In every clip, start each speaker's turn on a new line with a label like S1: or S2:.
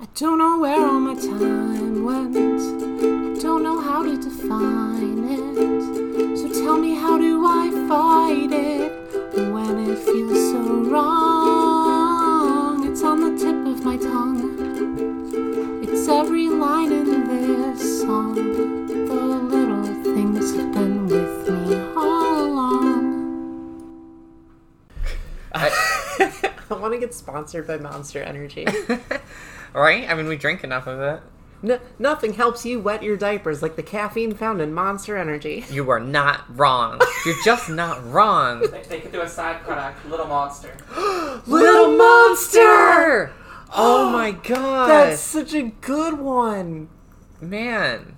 S1: I don't know where all my time went. I don't know how to define it. So tell me, how do I fight it when it feels so wrong? It's on the tip of my tongue. It's every line in this song. The little things have been with me all along.
S2: I want to get sponsored by Monster Energy.
S3: Right? I mean, we drink enough of it.
S2: N- nothing helps you wet your diapers like the caffeine found in Monster Energy.
S3: You are not wrong. You're just not wrong.
S4: They, they could do a side product, Little Monster.
S2: Little Monster!
S3: Oh my god.
S2: That's such a good one.
S3: Man,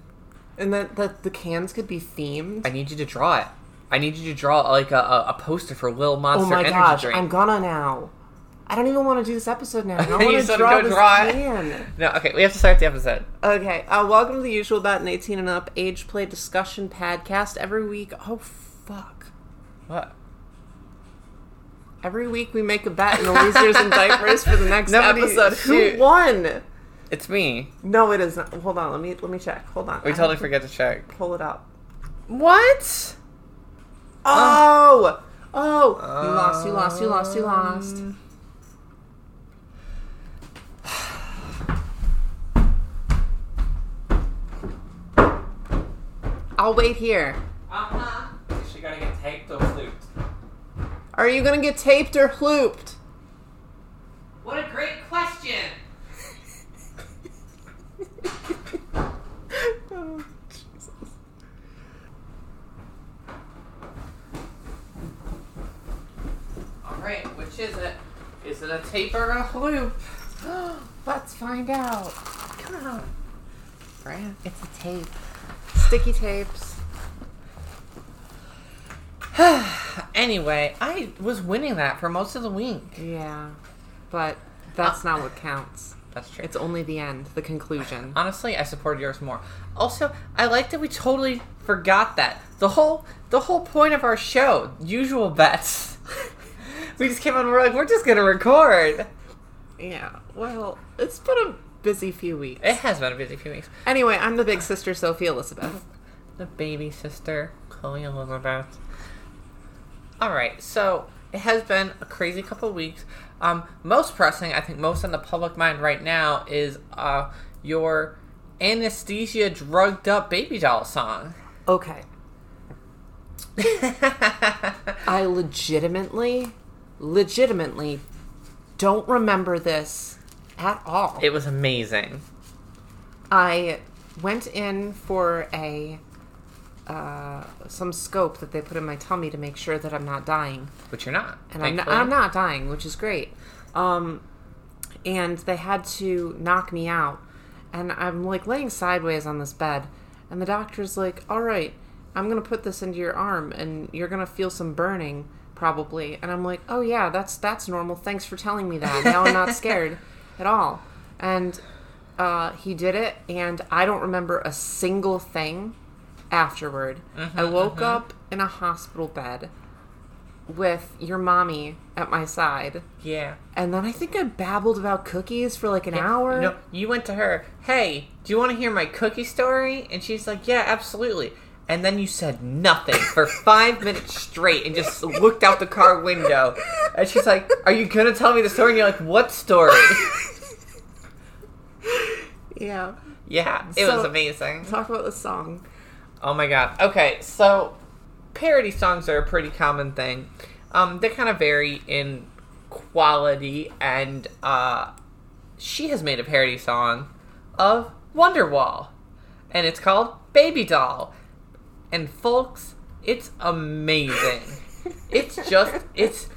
S2: And that, that the cans could be themed.
S3: I need you to draw it. I need you to draw like a, a, a poster for Little
S2: oh
S3: Monster
S2: my
S3: Energy
S2: gosh,
S3: Drink.
S2: I'm gonna now. I don't even want to do this episode now. I
S3: You
S2: want to
S3: said
S2: draw
S3: go
S2: this
S3: draw it.
S2: can.
S3: No, okay, we have to start the episode.
S2: Okay, uh, welcome to the usual about an 18 and up age play discussion podcast every week. Oh, fuck.
S3: What?
S2: Every week we make a bet in the losers and diapers for the next
S3: Nobody-
S2: episode.
S3: shoot.
S2: Who won?
S3: It's me.
S2: No, it is not. Hold on, let me let me check. Hold on.
S3: We
S2: I
S3: totally
S2: have to
S3: forget to check.
S2: Pull it up.
S3: What?
S2: Oh, oh, you lost, you lost, you lost, you lost. Um. I'll wait here.
S4: Uh-huh. Is she gonna get taped or fluked?
S2: Are you gonna get taped or looped?
S4: What a great question!
S2: Oh, Jesus.
S4: Alright, which is it? Is it a tape or a loop?
S2: Let's find out.
S3: Come on. Brad, it's a tape.
S2: Sticky tapes.
S3: Anyway, I was winning that for most of the week.
S2: Yeah, but that's not what counts.
S3: That's true.
S2: It's only the end, the conclusion.
S3: honestly i support yours more also i like that we totally forgot that the whole the whole point of our show usual bets we just came on and we're like we're just gonna record
S2: Yeah, well, it's been a busy few weeks.
S3: it has been a busy few weeks
S2: Anyway, I'm the big sister, Sophie Elizabeth.
S3: the baby sister chloe elizabeth all right so it has been a crazy couple of weeks um, most pressing i think most on the public mind right now is uh, your anesthesia drugged up baby doll song
S2: Okay, I legitimately, legitimately don't remember this at all.
S3: It was amazing.
S2: I went in for a uh, some scope that they put in my tummy to make sure that I'm not dying.
S3: But you're not.
S2: and I'm not,
S3: thankfully.
S2: I'm not dying, which is great. Um, and they had to knock me out, and I'm like laying sideways on this bed, and the doctor's like, "All right, I'm gonna put this into your arm, and you're gonna feel some burning probably." And I'm like, "Oh yeah, that's that's normal. Thanks for telling me that. Now I'm not scared at all." And uh, he did it, and I don't remember a single thing afterward. I woke up in a hospital bed with your mommy at my side.
S3: Yeah.
S2: And then I think I babbled about cookies for like an hour.
S3: No, you went to her, hey, do you want to hear my cookie story? And she's like, yeah, absolutely. And then you said nothing for five minutes straight and just looked out the car window. And she's like, are you going to tell me the story? And you're like, what story?
S2: Yeah.
S3: Yeah, it
S2: So-
S3: was amazing.
S2: Talk about the song.
S3: Oh my god. Okay, so parody songs are a pretty common thing. Um, they kind of vary in quality, and uh, she has made a parody song of Wonderwall, and it's called Baby Doll. And folks, it's amazing. it's just it's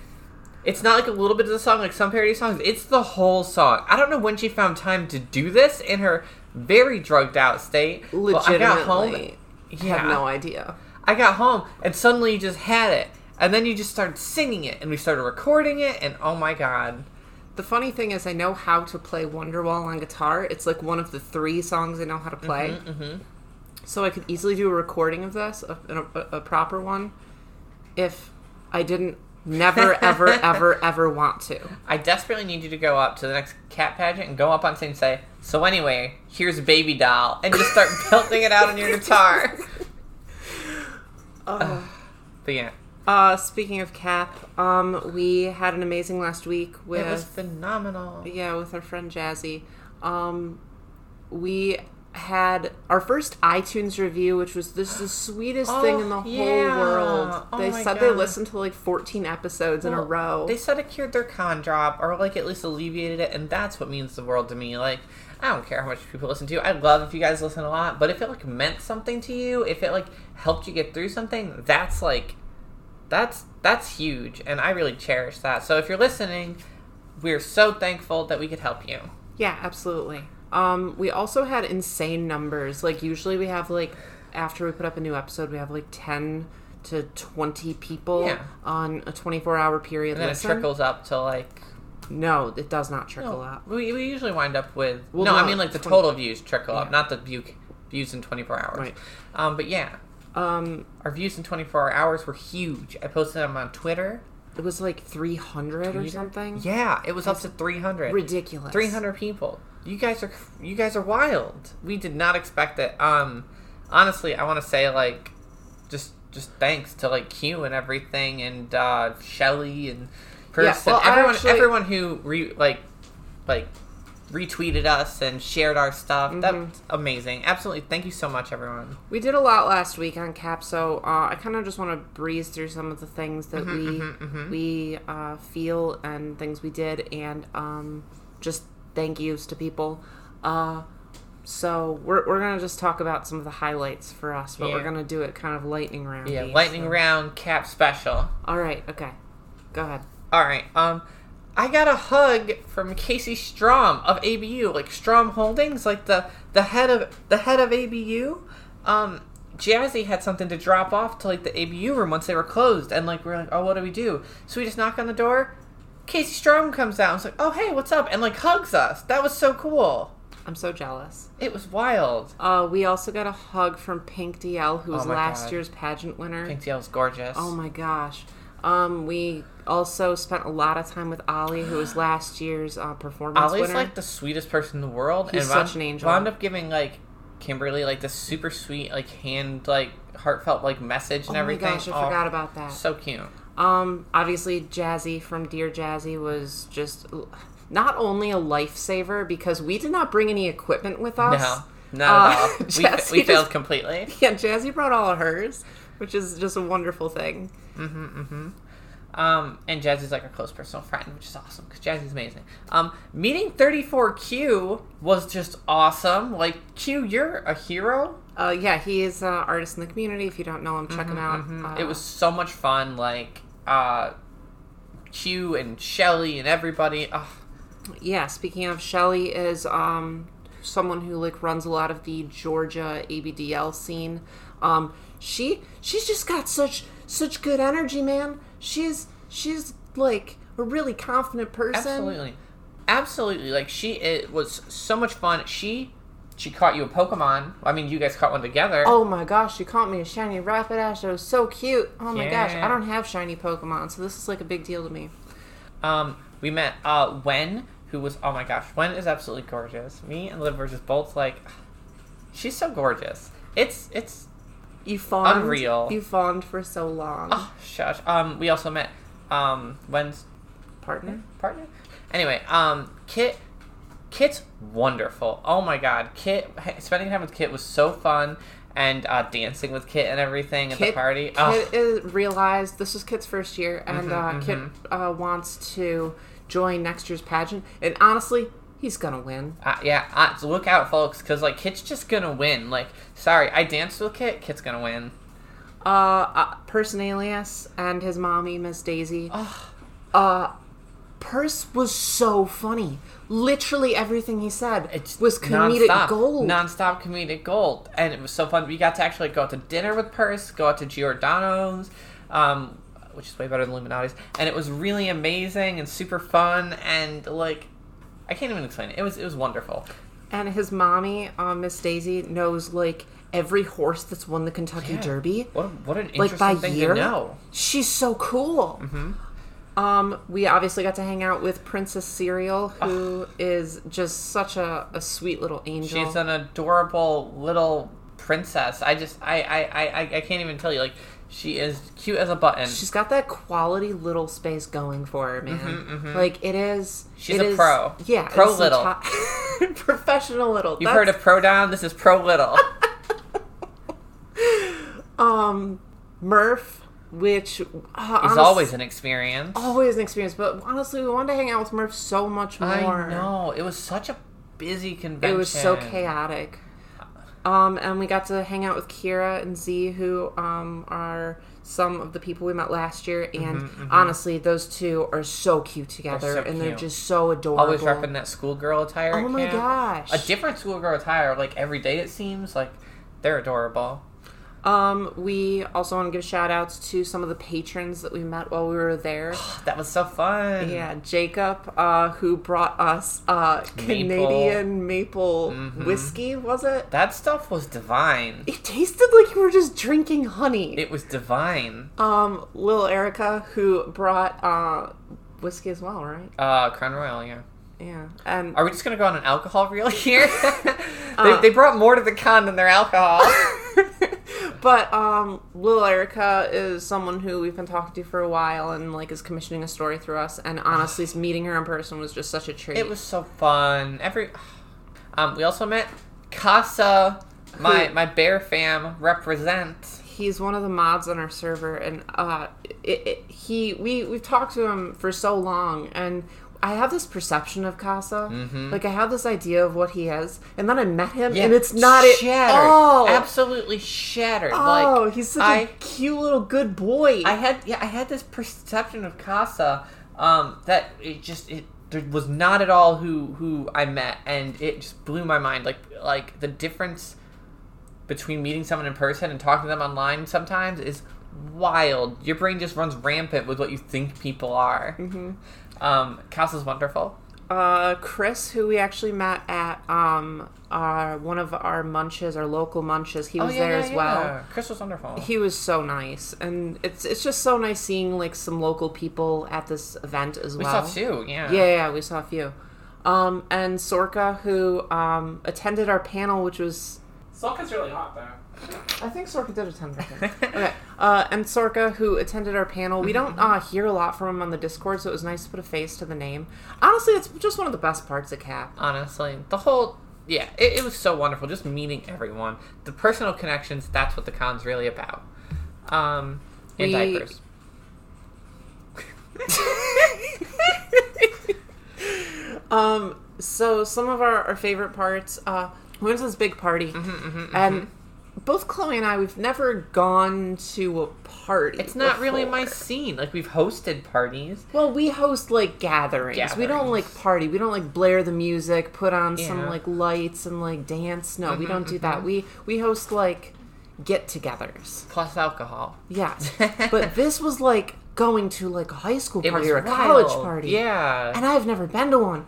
S3: it's not like a little bit of the song like some parody songs. It's the whole song. I don't know when she found time to do this in her very drugged out state. but I got home
S2: Legitimately,
S3: yeah.
S2: have no idea.
S3: I got home and suddenly you just had it. And then you just started singing it and we started recording it and oh my god.
S2: The funny thing is, I know how to play Wonderwall on guitar. It's like one of the three songs I know how to play. So I could easily do a recording of this, a, a, a proper one, if I didn't Never, ever, ever, ever want to.
S3: I desperately need you to go up to the next cat pageant and go up on stage and say, So, anyway, here's Baby Doll, and just start belting it out on your guitar. Oh. But yeah,
S2: Uh, speaking of Cap, um, we had an amazing last week with
S3: it was phenomenal.
S2: yeah with our friend Jazzy. Um, we had our first iTunes review, which was this the sweetest thing in the
S3: Oh,
S2: whole
S3: yeah.
S2: world.
S3: Oh
S2: they
S3: my
S2: said they
S3: God.
S2: listened to like 14 episodes in a
S3: Well,
S2: row.
S3: They said it cured their con drop, or like at least alleviated it, and that's what means the world to me. Like, I don't care how much people listen to. I love if you guys listen a lot, but if it like meant something to you, if it like helped you get through something, that's like, that's that's huge, and I really cherish that. So if you're listening, we're so thankful that we could help you.
S2: Yeah, absolutely. Um, we also had insane numbers. Like usually we have like after we put up a new episode, we have like ten to twenty people
S3: Yeah.
S2: on a twenty-four hour period.
S3: And then
S2: listen.
S3: it trickles up to like.
S2: No, it does not trickle up.
S3: We, we usually wind up with
S2: Oh. Well,
S3: no, I
S2: no,
S3: mean like the
S2: 20
S3: total views trickle up,
S2: Yeah.
S3: not the view, views in 24 hours.
S2: Right.
S3: Um, but yeah,
S2: Um,
S3: our views in 24 hours were huge. I posted them on Twitter.
S2: it was like three hundred or something.
S3: Yeah, it was up to 300.
S2: ridiculous.
S3: 300 people. You guys are you guys are wild. We did not expect it. Um honestly, I want to say like just just thanks to like Q and everything and uh Shelly and Person.
S2: well, I
S3: everyone
S2: actually-
S3: everyone who re, like like retweeted us and shared our stuff. That's
S2: Mm-hmm.
S3: amazing. Absolutely. Thank you so much everyone.
S2: We did a lot last week on Cap, so uh, I kind of just want to breeze through some of the things that
S3: Mm-hmm,
S2: we we uh, feel and things we did, and um, just thank yous to people. Uh, so we're we're gonna just talk about some of the highlights for us, but we're
S3: Yeah.
S2: gonna do it kind of lightning round.
S3: Yeah, lightning round cap special.
S2: All right. Okay. Go ahead.
S3: All right. Um, I got a hug from Casey Strom of ABU, like Strom Holdings, like the the head of the head of ABU. Um, Jazzy had something to drop off to like the ABU room once they were closed, and like we are like, oh, what do we do? So we just knock on the door. Casey Strom comes out and is like, oh hey, what's up? And like hugs us. That was so cool.
S2: I'm so jealous.
S3: It was wild.
S2: Uh, we also got a hug from Pink DL, who was
S3: Oh my
S2: last
S3: God.
S2: year's pageant winner.
S3: Pink Tail was gorgeous.
S2: Oh my gosh. Um, we also spent a lot of time with Ollie, who was last year's uh, performance
S3: Ollie's
S2: winner.
S3: like the sweetest person in the world.
S2: He's
S3: and wound-
S2: such an angel.
S3: Wound up giving like Kimberly like this super sweet like hand like heartfelt like message and
S2: oh
S3: everything.
S2: my gosh, I
S3: Oh,
S2: forgot about that.
S3: So cute.
S2: um, obviously Jazzy from Dear Jazzy was just l- not only a lifesaver because we did not bring any equipment with us.
S3: No, not
S2: Uh,
S3: at all. We, fa-
S2: Jesse
S3: we failed
S2: just-
S3: completely.
S2: Yeah, Jazzy brought all of hers, which is just a wonderful thing.
S3: Um, and Jazzy's like our close personal friend, which is awesome because Jazzy's amazing. Um, meeting 34Q was just awesome. Like Q, you're a hero.
S2: Uh, yeah, he is an artist in the community. If you don't know him, check him out. Uh,
S3: Mm-hmm, it was so much fun. Like uh, Q and Shelly and everybody. Ugh.
S2: yeah speaking of shelly is um someone who like runs a lot of the georgia abdl scene um she she's just got such such good energy man she's she's like a really confident person
S3: Absolutely, absolutely. Like she, it was so much fun. She, she caught you a Pokemon. I mean, you guys caught one together.
S2: Oh my gosh, she caught me a shiny Rapidash. It was so cute. Oh my gosh,
S3: Yeah.
S2: I don't have shiny Pokemon, so this is like a big deal to me.
S3: Um, we met uh Wen, who was oh my gosh, Wen is absolutely gorgeous. Me and Liv were just both like, she's so gorgeous. It's it's
S2: You fawned.
S3: Unreal.
S2: You fawned for so long.
S3: oh, shush. Um, we also met um Wen's
S2: Partner?
S3: partner. Anyway, um, Kit, Kit's wonderful. Oh my God, Kit! Spending time with Kit was so fun, and uh, dancing with Kit and everything at the party.
S2: Kit
S3: Oh, Mm-hmm,
S2: is- realized this was Kit's first year, and uh, Kit uh, wants to join next year's pageant. And honestly, he's gonna win.
S3: uh, yeah, uh, so look out, folks, because like Kit's just gonna win. Like, sorry, I danced with Kit. Kit's gonna win.
S2: Uh, uh Person Alias and his mommy, Miss Daisy. Uh, Purse was so funny. Literally everything he said
S3: It's
S2: was comedic
S3: nonstop,
S2: gold.
S3: nonstop comedic gold, and it was so fun. We got to actually go out to dinner with Purse, go out to Giordano's, um, which is way better than Illuminati's, and it was really amazing and super fun and like. I can't even explain it. It was it was wonderful.
S2: and his mommy, uh, Miss Daisy, knows like every horse that's won the Kentucky Derby.
S3: What a- what an
S2: like
S3: interesting
S2: by
S3: thing
S2: year.
S3: to know.
S2: She's so cool. Um, we obviously got to hang out with Princess Serial, who is just such a, a sweet little angel.
S3: She's an adorable little princess. I just I I I, I- I can't even tell you. Like she is cute as a button.
S2: She's got that quality little space going for her, man. Like it is.
S3: Mm-hmm, She's
S2: it
S3: a
S2: is-
S3: pro.
S2: Yeah,
S3: Pro
S2: it's some
S3: little.
S2: top- professional little.
S3: You've heard
S2: That's-
S3: of pro down. This is pro little.
S2: um, Murph, which uh,
S3: It's
S2: honest- Oh,
S3: always an experience.
S2: always an experience. But honestly, we wanted to hang out with Murph so much more.
S3: I know. It was such a busy
S2: It
S3: convention.
S2: was so chaotic. Um, and we got to hang out with Kira and Z, who um, are some of the people we met last year. And honestly, those two are so cute together,
S3: Mm-hmm, so
S2: and they're
S3: cute.
S2: just so adorable.
S3: Always repping that schoolgirl attire. at
S2: Oh my
S3: camp.
S2: gosh.
S3: A different schoolgirl attire, like every day it seems. Like they're adorable.
S2: Um, we also want to give shout outs to some of the patrons that we met while we were there.
S3: That was so fun.
S2: yeah, Jacob, uh, who brought us uh, Canadian maple
S3: Mm-hmm.
S2: whiskey, was it?
S3: That stuff was divine.
S2: It tasted like you were just drinking honey.
S3: It was divine.
S2: um, Lil Erica, who brought uh, whiskey as well, right?
S3: Uh, Crown Royal, yeah.
S2: Yeah, and
S3: Are we just gonna go on an alcohol reel here? they,
S2: Uh.
S3: they brought more to the con than their alcohol.
S2: but um, Lil Erica is someone who we've been talking to for a while, and like is commissioning a story through us. And honestly, meeting her in person was just such a treat.
S3: it was so fun. Every, um, we also met Casa, my
S2: Who-
S3: my bear fam represent.
S2: he's one of the mods on our server and uh it, it, he we we've talked to him for so long and I have this perception of Casa.
S3: Mm-hmm.
S2: Like I have this idea of what he is, and then I met him, and it's not it.
S3: shattered.
S2: Oh,
S3: absolutely shattered.
S2: oh,
S3: like
S2: he's such a
S3: I-
S2: cute little good boy.
S3: I had yeah, I had this perception of Casa um, that it just it there was not at all who who I met, and it just blew my mind. Like like the difference between meeting someone in person and talking to them online sometimes is wild. Your brain just runs rampant with what you think people are. Mm-hmm. Um, Casa's wonderful.
S2: uh, Chris, who we actually met at um, our, one of our munches, our local munches,
S3: Oh,
S2: he was there as well.
S3: Chris was wonderful.
S2: he was so nice and it's it's just so nice seeing like some local people at this event as
S3: we
S2: well
S3: saw two. Yeah.
S2: yeah yeah we saw a few um and sorka who um attended our panel which was
S4: Sulkin's really hot though.
S2: i think sorka did attend our panel okay uh and sorka who attended our panel we don't uh hear a lot from him on the discord so it was nice to put a face to the name honestly it's just one of the best parts of cap
S3: honestly the whole yeah it, it was so wonderful just meeting everyone the personal connections that's what the con's really about um and
S2: We-
S3: diapers
S2: um so some of our, our favorite parts uh we went to this big party
S3: Mm-hmm,
S2: and both chloe and i we've never gone to a party
S3: it's not really
S2: before.
S3: my scene like we've hosted parties
S2: well we host like gatherings. we don't
S3: Gatherings.
S2: like party we don't like blare the music put on some
S3: Yeah. Mm-hmm,
S2: like lights and like dance no we don't do that we we host like get-togethers
S3: plus alcohol
S2: Yes. but this was like going to like a high school
S3: it
S2: party
S3: was
S2: or a college party.
S3: yeah
S2: And I've never been to one.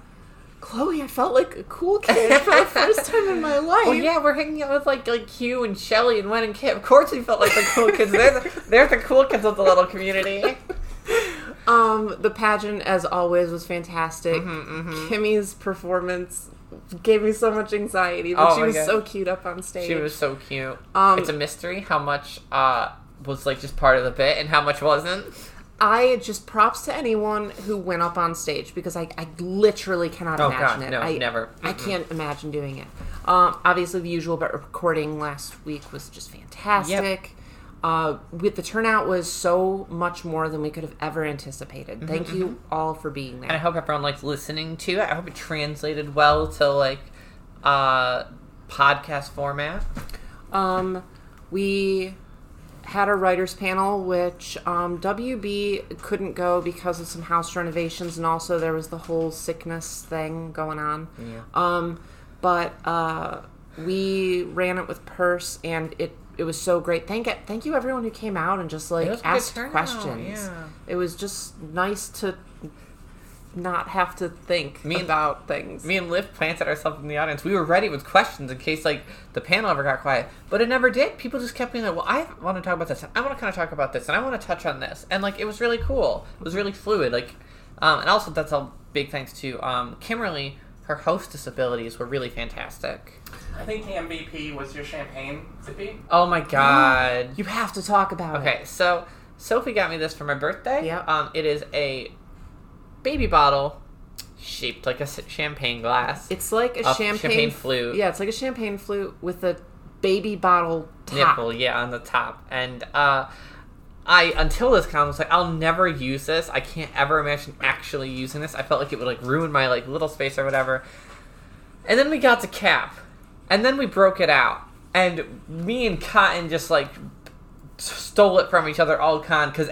S2: Chloe, I felt like a cool kid for the first time in my life.
S3: Oh yeah, we're hanging out with like like Hugh and Shelly and Wen and Kit. Of course, we felt like the cool kids. They're the, they're the cool kids of the little community.
S2: Um, the pageant, as always, was fantastic.
S3: Mm-hmm,
S2: Kimmy's performance gave me so much anxiety, but
S3: Oh,
S2: she
S3: my
S2: was
S3: God.
S2: so cute up on stage.
S3: She was so cute.
S2: Um,
S3: it's a mystery how much uh, was like just part of the bit and how much wasn't.
S2: I just props to anyone who went up on stage because I, I literally cannot
S3: Oh,
S2: imagine
S3: God,
S2: it.
S3: no,
S2: I,
S3: never.
S2: I can't imagine doing it. Um, obviously the usual, but recording last week was just fantastic. Uh, with the turnout was so much more than we could have ever anticipated. Thank you all for being
S3: Mm-hmm, and I
S2: there.
S3: hope everyone likes listening to it. I hope it translated well to like uh podcast format.
S2: Um, we had a writers panel, which um, WB couldn't go because of some house renovations, and also there was the whole sickness thing going on.
S3: Yeah.
S2: Um, but uh, we ran it with purse, and it it was so great. Thank e, thank you everyone who came out and just like
S3: was a good
S2: asked
S3: turnout,
S2: questions.
S3: yeah.
S2: It was just nice to not have to think
S3: Me and-
S2: about things.
S3: Me and Liv planted ourselves in the audience. We were ready with questions in case like the panel ever got quiet, but it never did. People just kept being like, "Well, I want to talk about this, and I want to kind of talk about this, and I want to touch on this," and like it was really cool. It was really fluid. Like, um, and also that's a big thanks to um, Kimberly. Her hostess abilities were really fantastic.
S4: I think the MVP was your champagne sippy.
S3: Oh my god!
S2: you have to talk about it.
S3: Okay, so Sophie got me this for my birthday.
S2: Yep.
S3: Um, it is a baby bottle shaped like a s- champagne glass.
S2: It's like a,
S3: A
S2: champagne,
S3: champagne flute.
S2: Yeah, it's like a champagne flute with a baby bottle top.
S3: nipple, yeah, on the top. And uh, I, until this con, was like, I'll never use this. I can't ever imagine actually using this. I felt like it would like ruin my like little space or whatever. And then we got to cap, and then we broke it out, and me and Cotton just like stole it from each other all con because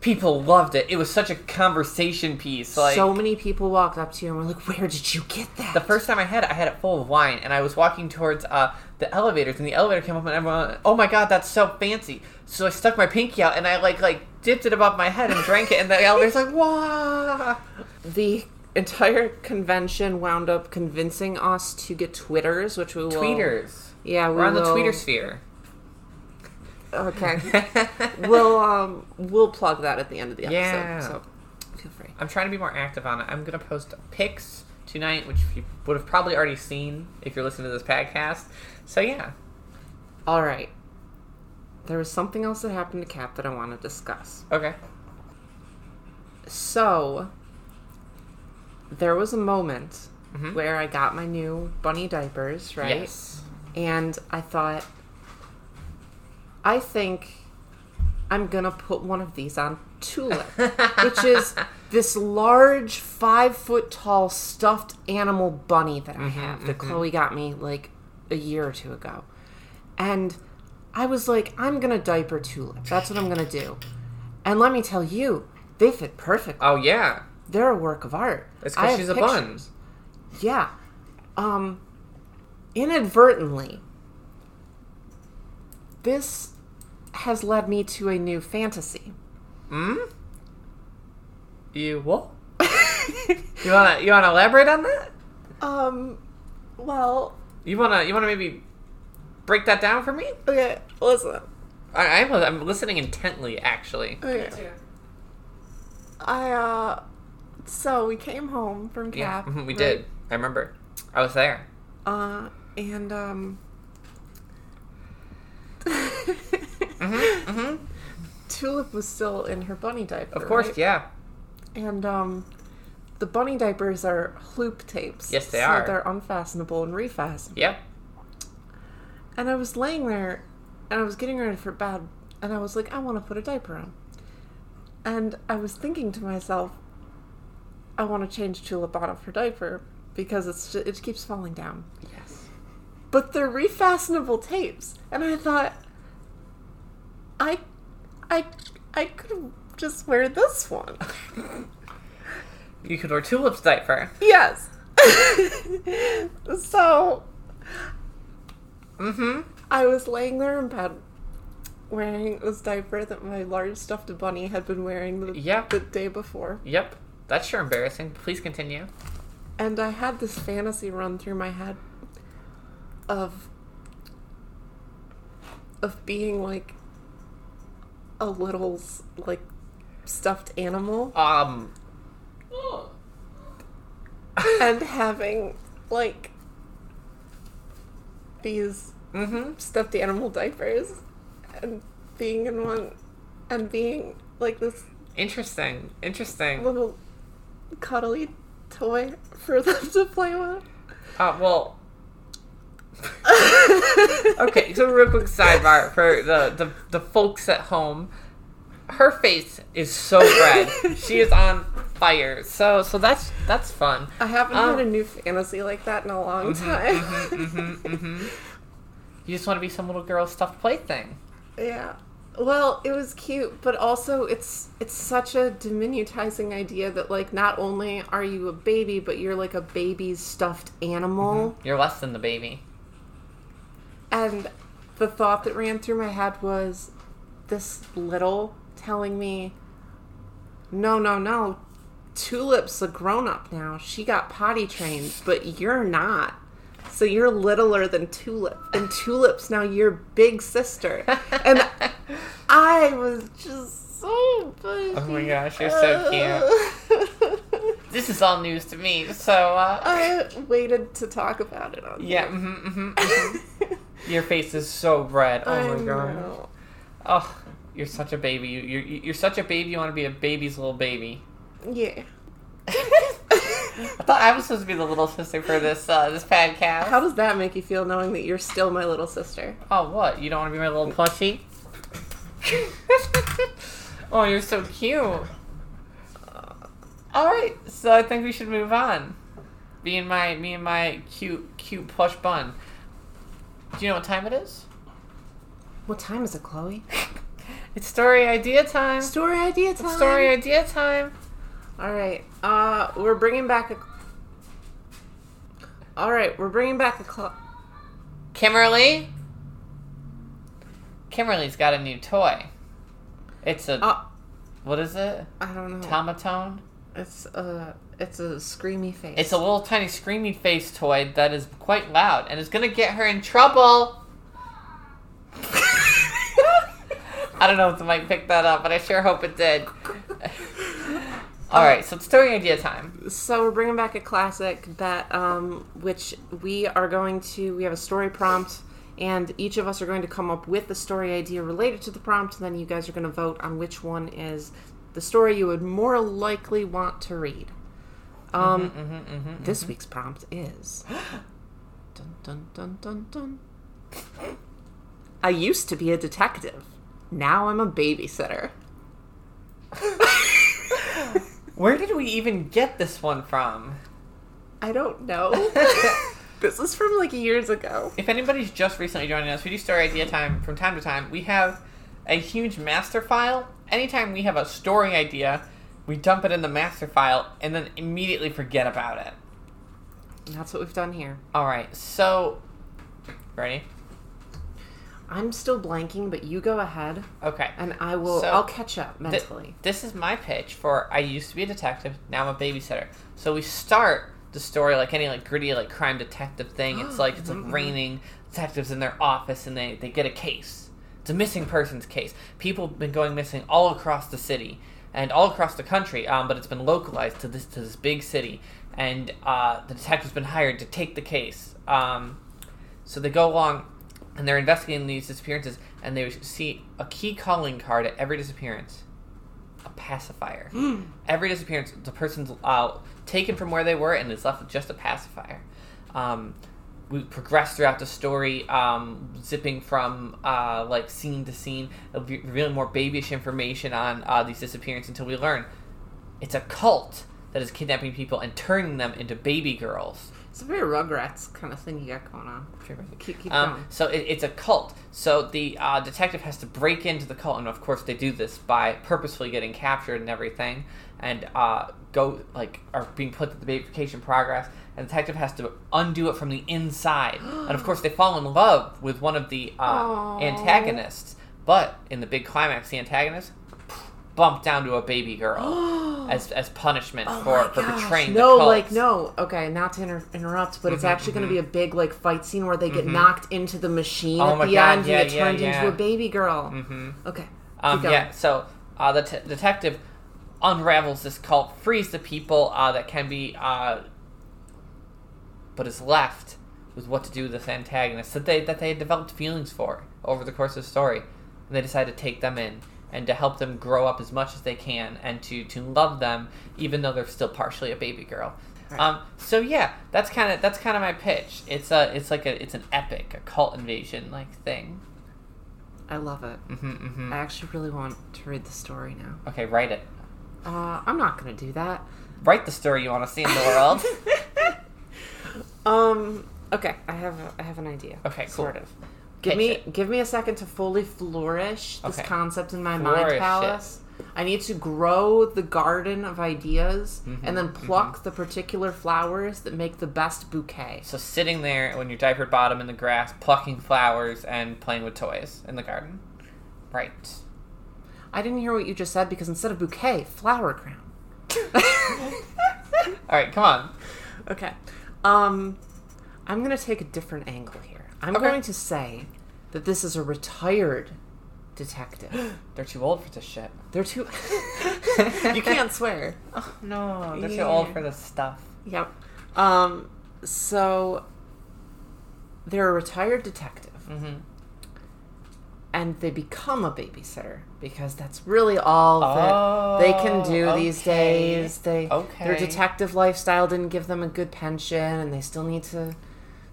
S3: people loved it. It was such a conversation piece. Like
S2: so many people walked up to you and were like, "Where did you get that?"
S3: the first time I had it, I had it full of wine, and I was walking towards uh, the elevators, and the elevator came up, and everyone, oh my god, that's so fancy. So I stuck my pinky out, and I like like dipped it above my head and drank it, and the elevator's like, wah.
S2: the entire convention wound up convincing us to get Twitters, which we will.
S3: Tweeters.
S2: Yeah, we
S3: We're on the
S2: will-
S3: tweeter sphere.
S2: Okay, we'll um we'll plug that at the end of the episode.
S3: Yeah.
S2: So feel free.
S3: I'm trying to be more active on it. I'm gonna post pics tonight, which you would have probably already seen if you're listening to this podcast. So yeah,
S2: All right. There was something else that happened to Cap that I want to discuss.
S3: okay.
S2: So there was a moment where I got my new bunny diapers, right?
S3: Yes.
S2: and I thought, I think I'm gonna put one of these on Tulip, which is this large five foot tall stuffed animal bunny that I have that Chloe got me like a year or two ago. And I was like, I'm gonna diaper Tulip. That's what I'm gonna do. And let me tell you, they fit perfectly.
S3: Oh yeah.
S2: They're a work of art.
S3: That's
S2: I
S3: because
S2: have
S3: she's a
S2: pictures.
S3: bun.
S2: Yeah. Um inadvertently this has led me to a new fantasy.
S3: Hmm? You what? You wanna you wanna elaborate on that?
S2: um well,
S3: You wanna you wanna maybe break that down for me?
S2: okay, listen.
S3: I, I'm I'm listening intently actually.
S2: Okay. I uh so we came home from
S3: Yeah,
S2: Cap.
S3: mhm, we
S2: right?
S3: did. I remember. I was there.
S2: Uh and um
S3: Mm-hmm.
S2: Tulip was still in her bunny diaper.
S3: Of course,
S2: right?
S3: yeah.
S2: And um, the bunny diapers are loop tapes.
S3: Yes, they
S2: so
S3: are.
S2: They're unfastenable and refastenable.
S3: Yep.
S2: And I was laying there, and I was getting ready for bed, and I was like, I want to put a diaper on. And I was thinking to myself, I want to change Tulip out of her diaper because it's ju- it keeps falling down.
S3: Yes.
S2: But they're refastenable tapes, and I thought, I, I, I could just wear this one.
S3: You could wear tulips diaper.
S2: Yes. so
S3: Mm-hmm.
S2: I was laying there in bed wearing this diaper that my large stuffed bunny had been wearing the,
S3: Yeah.
S2: the day before.
S3: Yep. That's sure embarrassing. Please continue.
S2: And I had this fantasy run through my head of of being like a little s- like stuffed animal
S3: Um
S4: Oh.
S2: and having like these
S3: Mm-hmm.
S2: stuffed animal diapers and being in one and being like this
S3: Interesting. Interesting.
S2: little cuddly toy for them to play with.
S3: Uh well Okay, so real quick sidebar for the, the the folks at home. Her face is so red. she is on fire. So so that's that's fun.
S2: I haven't
S3: Um, mm-hmm,
S2: had a new fantasy like that in a long time.
S3: You just want to be some little girl stuffed plaything.
S2: yeah. Well, it was cute, but also it's it's such a diminutizing idea that like not only are you a baby, but you're like a baby's stuffed animal.
S3: You're less than the baby.
S2: And the thought that ran through my head was this little telling me, no, no, no, Tulip's a grown up now. She got potty trained, but you're not. So you're littler than Tulip. And Tulip's now your big sister. And I was just so uh, funny.
S3: Oh my gosh, you're so cute.
S2: cute.
S3: This is all news to me. So, uh,
S2: I waited to talk about it on
S3: yeah,
S2: here.
S3: mhm, mhm. your face is so red. Oh
S2: I
S3: my god.
S2: know.
S3: Oh, you're such a baby. You, you're you're such a baby. You want to be a baby's little baby.
S2: Yeah.
S3: I thought I was supposed to be the little sister for this uh, this podcast.
S2: How does that make you feel knowing that you're still my little sister?
S3: Oh, what? You don't want to be my little plushie? oh, you're so cute. All right, so I think we should move on. Me and my me and my cute cute plush bun. Do you know what time it is?
S2: What time is it, Chloe?
S3: It's story idea time.
S2: Story idea time.
S3: Story idea time.
S2: All right. Uh, we're bringing back a. All right, we're bringing back a clock.
S3: Kimberly. Kimberly's got a new toy. It's a
S2: Uh, oh.
S3: what is it?
S2: I don't know.
S3: Tomatone.
S2: It's a it's a screamy face.
S3: It's a little tiny screamy face toy that is quite loud and is gonna get her in trouble. I don't know if the mic picked that up, but I sure hope it did. All right, so it's story idea time.
S2: so we're bringing back a classic that um, which we are going to we have a story prompt and each of us are going to come up with a story idea related to the prompt and then you guys are going to vote on which one is the story you would more likely want to read um, this week's prompt is dun, dun, dun, dun, dun. i used to be a detective now i'm a babysitter
S3: Where did we even get this one from?
S2: i don't know this is from like years ago
S3: If anybody's just recently joining us, we do story idea time from time to time. We have a huge master file. Anytime we have a story idea, we dump it in the master file and then immediately forget about it.
S2: That's what we've done here.
S3: All right, so ready?
S2: I'm still blanking, but you go ahead,
S3: Okay.
S2: and I will.
S3: So-
S2: I'll catch up
S3: Th-
S2: mentally.
S3: this is my pitch for I used to be a detective, now I'm a babysitter. So we start the story like any like gritty like crime detective thing. It's like it's like raining detectives in their office and they they get a case. It's a missing person's case. People have been going missing all across the city and all across the country, um, but it's been localized to this to this big city. And uh, the detective's been hired to take the case. Um, so they go along and they're investigating these disappearances and they see a key calling card at every disappearance a pacifier. Every disappearance, the person's uh, taken from where they were and is left with just a pacifier. Um, we progress throughout the story, um, zipping from uh, like scene to scene, uh, re- revealing more babyish information on uh, these disappearances until we learn it's a cult that is kidnapping people and turning them into baby girls.
S2: It's a very Rugrats kind of thing you got going on. Keep, keep
S3: Um,
S2: going.
S3: so it, it's a cult. So the uh, detective has to break into the cult, and of course they do this by purposefully getting captured and everything, and uh, go like are being put to the vacation progress. And the detective has to undo it from the inside, and of course they fall in love with one of the uh,
S2: Aw.
S3: antagonists. But in the big climax, the antagonist bumped down to a baby girl as as punishment for,
S2: Oh my
S3: for
S2: gosh,
S3: betraying
S2: no,
S3: the cult. Mm-hmm,
S2: like no. Okay, not to inter- interrupt, but it's actually going to be a big like fight scene where they get knocked into the machine
S3: Oh
S2: at
S3: my
S2: the
S3: God,
S2: end
S3: yeah,
S2: and get
S3: yeah,
S2: turned
S3: yeah.
S2: into a baby girl. Mm-hmm. Okay. keep
S3: Um,
S2: going.
S3: yeah, so uh, the t- detective unravels this cult, frees the people uh, that can be, uh, but is left with what to do with this antagonist that they that they had developed feelings for over the course of the story, and they decide to take them in and to help them grow up as much as they can and to to love them even though they're still partially a baby girl. Um, so yeah, that's kind of that's kind of my pitch. It's a it's like a it's an epic, a cult invasion like thing.
S2: I love it.
S3: hmm hmm
S2: I actually really want to read the story now.
S3: Okay, write it.
S2: Uh, I'm not going to do that.
S3: write the story you want to see in the world.
S2: Um. Okay, I have a, I have an idea.
S3: Okay, cool.
S2: Sort of. Give
S3: Pitch
S2: me
S3: it.
S2: give me a second to fully flourish this
S3: Okay.
S2: concept in my
S3: Flourish
S2: mind
S3: it.
S2: palace. I need to grow the garden of ideas
S3: Mm-hmm,
S2: and then pluck the particular flowers that make the best bouquet.
S3: so sitting there when you're diapered bottom in the grass, plucking flowers and playing with toys in the garden. Right.
S2: I didn't hear what you just said because instead of bouquet, flower crown.
S3: All right, come on.
S1: Okay. Um, I'm going to take a different angle here. I'm
S3: Okay.
S1: going to say that this is a retired detective.
S3: They're too old for this shit.
S1: They're too. you can't swear.
S3: No, they're
S1: Yeah.
S3: too old for this stuff.
S1: Yep. Um, so they're a retired detective.
S3: Mhm.
S1: And they become a babysitter because that's really all that they can do
S3: Oh,
S1: these
S3: okay.
S1: days. They their
S3: Okay.
S1: detective lifestyle didn't give them a good pension, and they still need to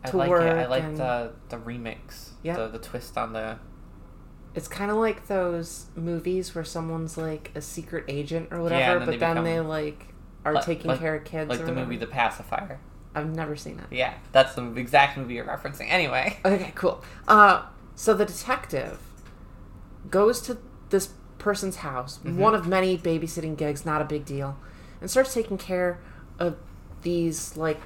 S3: I
S1: to
S3: like
S1: work.
S3: it. I like
S1: and
S3: the the remix.
S1: Yep.
S3: The the twist on the
S1: It's kind of like those movies where someone's like a secret agent or whatever,
S3: then
S1: but
S3: they
S1: then
S3: become-
S1: they like are
S3: like-
S1: taking
S3: like-
S1: care of kids.
S3: like
S1: or
S3: the
S1: whatever.
S3: movie The Pacifier.
S1: I've never seen it.
S3: Yeah, that's the exact movie you're referencing. Anyway.
S1: Okay, cool. Uh, so the detective goes to this person's house,
S3: Mm-hmm.
S1: one of many babysitting gigs, not a big deal, and starts taking care of these like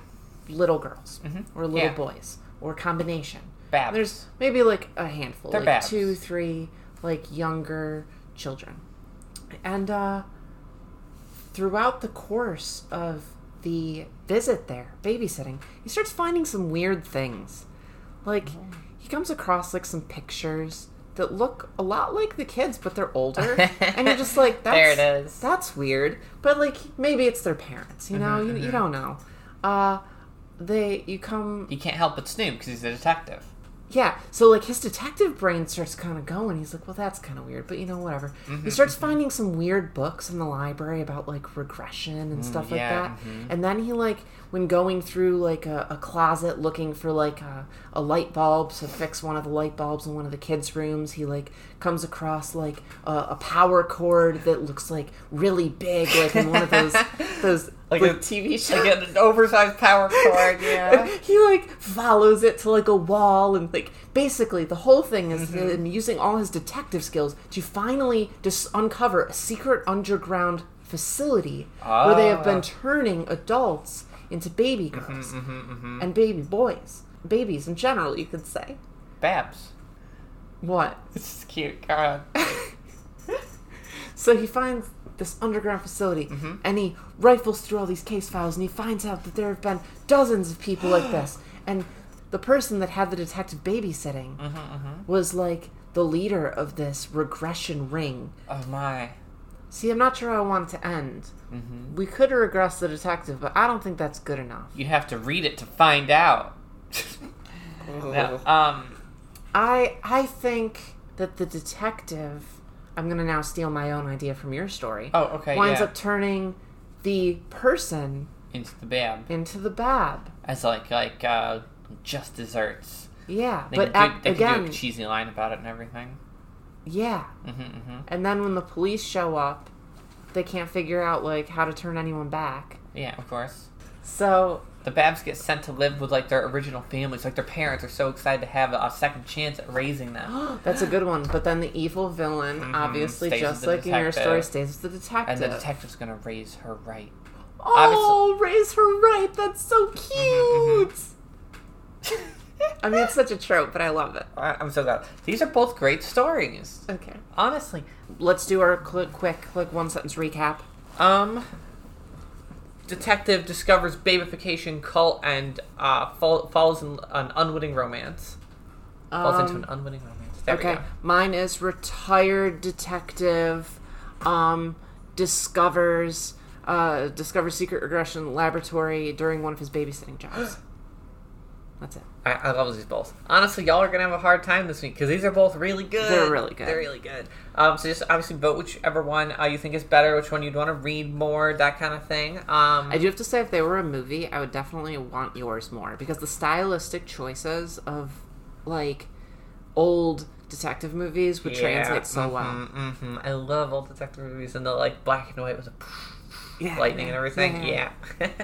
S1: little girls or little
S3: Mm-hmm. Yeah.
S1: boys or combination.
S3: Babs.
S1: There's maybe like a handful,
S3: They're
S1: like
S3: babs.
S1: two, three, like younger children, and uh, throughout the course of the visit there, babysitting, he starts finding some weird things. Like,
S3: Oh.
S1: he comes across like some pictures that look a lot like the kids, but they're older. and you're just like, that's,
S3: There it is.
S1: That's weird. But like, maybe it's their parents. You
S3: Mm-hmm,
S1: know, you, you don't know. Uh, they you come
S3: You can't help but snoop because he's a detective.
S1: yeah so like his detective brain starts kind of going he's like well that's kind of weird but you know whatever
S3: Mm-hmm,
S1: he starts finding some weird books in the library about like regression and stuff like
S3: Mm, yeah, mm-hmm.
S1: that and then he like when going through like a, a closet looking for like a, a light bulb to fix one of the light bulbs in one of the kids rooms he like comes across like a, a power cord that looks like really big like in one of those those
S3: Like, a TV show. Like an oversized power cord, yeah.
S1: he like follows it to like a wall and like basically the whole thing is
S3: Mm-hmm.
S1: him using all his detective skills to finally just uncover a secret underground facility where they have
S3: Ah. Mm-hmm,
S1: been turning adults into baby girls and baby boys babies in general you could say
S3: Babs.
S1: what
S3: This is cute. Go on.
S1: So he finds this underground facility
S3: Mm-hmm.
S1: and he rifles through all these case files and he finds out that there have been dozens of people like this. And the person that had the detective babysitting
S3: Mm-hmm,
S1: was like the leader of this regression ring.
S3: Oh my.
S1: See, I'm not sure how I want it to end.
S3: Mm-hmm.
S1: We could regress the detective, but I don't think that's good enough.
S3: You'd have to read it to find out. No, um,
S1: I I think that the detective I'm gonna now steal my own idea from your story.
S3: Oh, okay,
S1: Winds
S3: yeah.
S1: up turning the person
S3: into the Bab.
S1: into the Bab.
S3: As like, like, uh, just desserts.
S1: Yeah,
S3: They
S1: but
S3: could do,
S1: ac-
S3: they could do
S1: again,
S3: a cheesy line about it and everything.
S1: yeah.
S3: Mm-hmm, mm-hmm.
S1: And then when the police show up, they can't figure out like how to turn anyone back.
S3: Yeah, of course.
S1: So
S3: The Babs get sent to live with like their original families. Like their parents are so excited to have a second chance at raising them,
S1: that's a good one. But then the evil villain, obviously,
S3: Mm-hmm. stays
S1: just
S3: with the
S1: like in your
S3: detective.
S1: story, stays with the detective.
S3: and the detective's gonna raise her right.
S1: oh, raise her right. That's so
S3: Mm-hmm,
S1: cute. I mean, it's such a trope, but I love it.
S3: I- I'm so glad. These are both great stories.
S1: Okay,
S3: Honestly,
S1: let's do our quick, quick, like one sentence recap.
S3: um, detective discovers babification cult and uh, fall, falls in an unwitting romance. Falls into an unwitting romance. There we
S1: Um, Okay,
S3: go.
S1: mine is retired detective, um, discovers uh, discovers secret regression laboratory during one of his babysitting jobs. That's it.
S3: I, I love these both. Honestly, y'all are gonna have a hard time this week because these are both really good.
S1: They're really good.
S3: They're really good. Um, so just obviously vote whichever one uh, you think is better, which one you'd want to read more, that kind of thing. Um,
S1: I do have to say, if they were a movie, I would definitely want yours more because the stylistic choices of like old detective movies would translate so well.
S3: hmm I love old detective movies and the like black and white with a
S1: Yeah,
S3: lightning and
S1: yeah,
S3: everything. Yeah.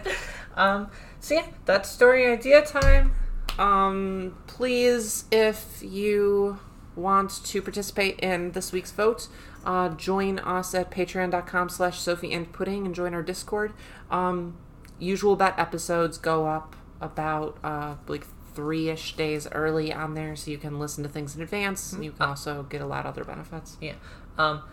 S3: um, so yeah, that's story idea time.
S1: Um, please, if you want to participate in this week's vote, uh, join us at patreon.com slash Sophie and Pudding and join our Discord. Um, usual bet episodes go up about uh, like three-ish days early on there, so you can listen to things in advance. And you
S2: Mm-hmm.
S1: can also get a lot of other benefits.
S3: Yeah. Um,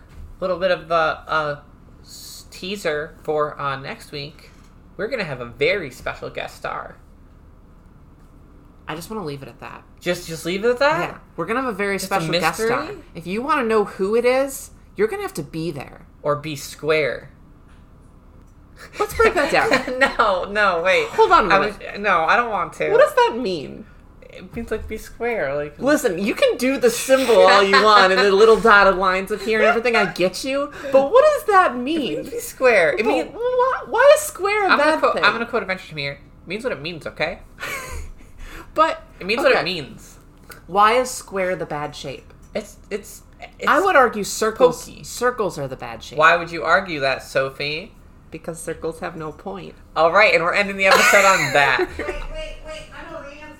S3: little bit of uh, uh, s- teaser for uh, next week, we're going to have a very special guest star.
S2: I just want to leave it at that.
S3: Just just leave it at that.
S2: Yeah, we're gonna have a very
S3: a
S2: special guest star.
S3: mystery?
S2: If you want to know who it is, you're gonna have to be there.
S3: Or be square.
S2: Let's break that down.
S3: no, no, wait.
S2: Hold on a
S3: I
S2: minute.
S3: was- no, I don't want to.
S2: what does that mean?
S3: it means like be square, like
S2: Listen, you can do the symbol all you want and the little dotted lines appear and everything. I get you, but what does that mean?
S3: be square. It
S2: I mean,
S3: means
S2: why, why is square a
S3: I'm
S2: bad
S3: gonna, quote,
S2: thing?
S3: I'm gonna quote Adventure Time here. It means what it means, okay?
S2: But
S3: It means what
S2: okay,
S3: it means.
S2: Why is square the bad shape?
S3: It's it's. it's
S2: I would argue circles.
S3: pokey.
S2: Circles are the bad shape
S3: Why would you argue that, Sophie?
S2: because circles have no point.
S3: All right, and we're ending the episode on that.
S5: Wait, wait, wait, I know the answer.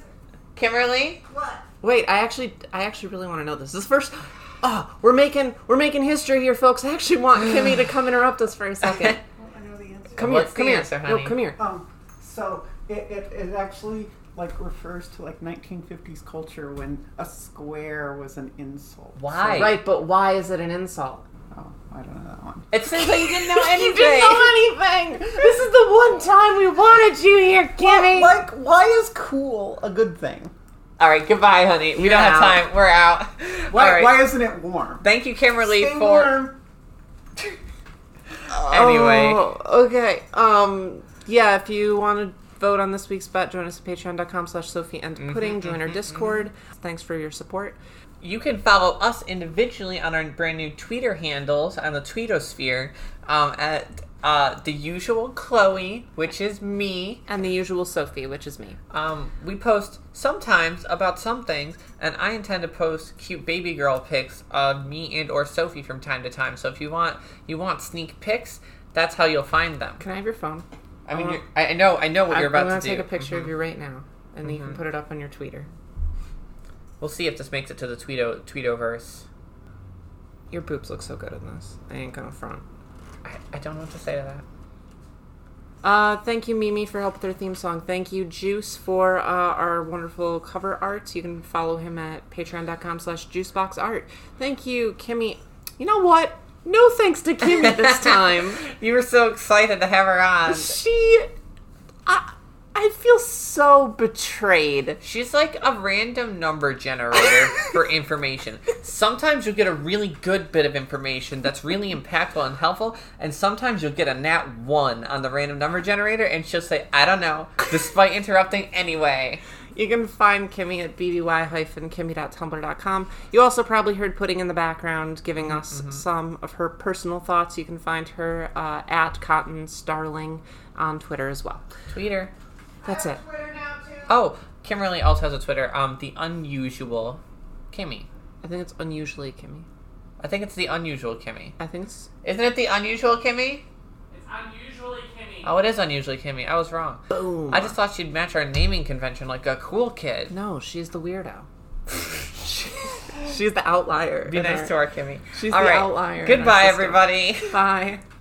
S3: Kimberly,
S5: What?
S2: Wait, I actually, I actually really want to know this. This first, oh, we're making, we're making history here, folks. I actually want Kimmy to come interrupt us for a second.
S5: Oh, I know the answer.
S2: Come
S3: What's the
S2: here, come here,
S3: answer,
S2: no,
S3: honey?
S2: come here.
S6: Um, so it, it, it actually like refers to like 1950s culture when a square was an insult.
S3: why?
S2: Right, but why is it an insult?
S6: Oh, I don't know that one.
S3: It seems like you didn't know anything.
S2: You didn't know anything. This is the one time we wanted you here, Kimmy.
S6: Like, why is cool a good thing?
S3: All right, goodbye, honey. We
S2: You're
S3: don't have
S2: out.
S3: time. We're out.
S6: Why,
S3: All right.
S6: why isn't it warm?
S3: Thank you, Kimberly,
S6: Stay
S3: for.
S6: warm.
S3: Anyway.
S2: Oh, okay. Um. Yeah. If you want to vote on this week's bet, join us at patreon.com slash Sophie and
S3: Mm-hmm,
S2: Pudding. Join our Discord. Thanks for your support.
S3: You can follow us individually on our brand new Twitter handles on the Tweetosphere um, at uh, the usual Chloe, which is me.
S2: And the usual Sophie, which is me.
S3: Um, we post sometimes about some things, and I intend to post cute baby girl pics of me and or Sophie from time to time. So if you want you want sneak pics, that's how you'll find them.
S2: Can I have your phone?
S3: I mean,
S2: I
S3: you're, I I know I know what you're
S2: Uh, I'm- I'm
S3: about
S2: gonna
S3: to
S2: take
S3: do. Mm-hmm.
S2: a picture of you right now, and then you can put it up on your Twitter.
S3: We'll see if this makes it to the Tweeto Tweetoverse.
S2: Your boobs look so good in this. I ain't gonna front.
S3: I, I don't know what to say to that.
S2: Uh, thank you, Mimi, for help with our theme song. Thank you, Juice, for uh, our wonderful cover art. You can follow him at patreon.com slash juiceboxart. Thank you, Kimmy. You know what? No thanks to Kimmy this time.
S3: You were so excited to have her on.
S2: she... I, I feel so betrayed.
S3: She's like a random number generator for information. Sometimes you'll get a really good bit of information that's really impactful and helpful, and sometimes you'll get a nat one on the random number generator, and she'll say, I don't know, despite interrupting anyway.
S2: You can find Kimmy at bby-kimmy.tumblr.com. You also probably heard Pudding in the background giving us some of her personal thoughts. You can find her uh, at Cotton Starling on Twitter as well.
S3: Tweeter.
S2: That's it.
S5: Twitter now, too.
S3: Oh, Kimberly also has a Twitter, um, the unusual Kimmy.
S2: I think it's unusually Kimmy.
S3: I think it's the unusual Kimmy.
S2: I think it's
S3: Isn't it the unusual Kimmy?
S4: It's unusually Kimmy.
S3: Oh, it is unusually Kimmy. I was wrong.
S2: boom.
S3: I just thought she'd match our naming convention like a cool kid.
S2: no, she's the weirdo. she's the outlier.
S3: Be nice to our Kimmy.
S2: She's
S3: All
S2: the
S3: right.
S2: outlier in our
S3: Goodbye,
S2: system.
S3: everybody.
S2: Bye.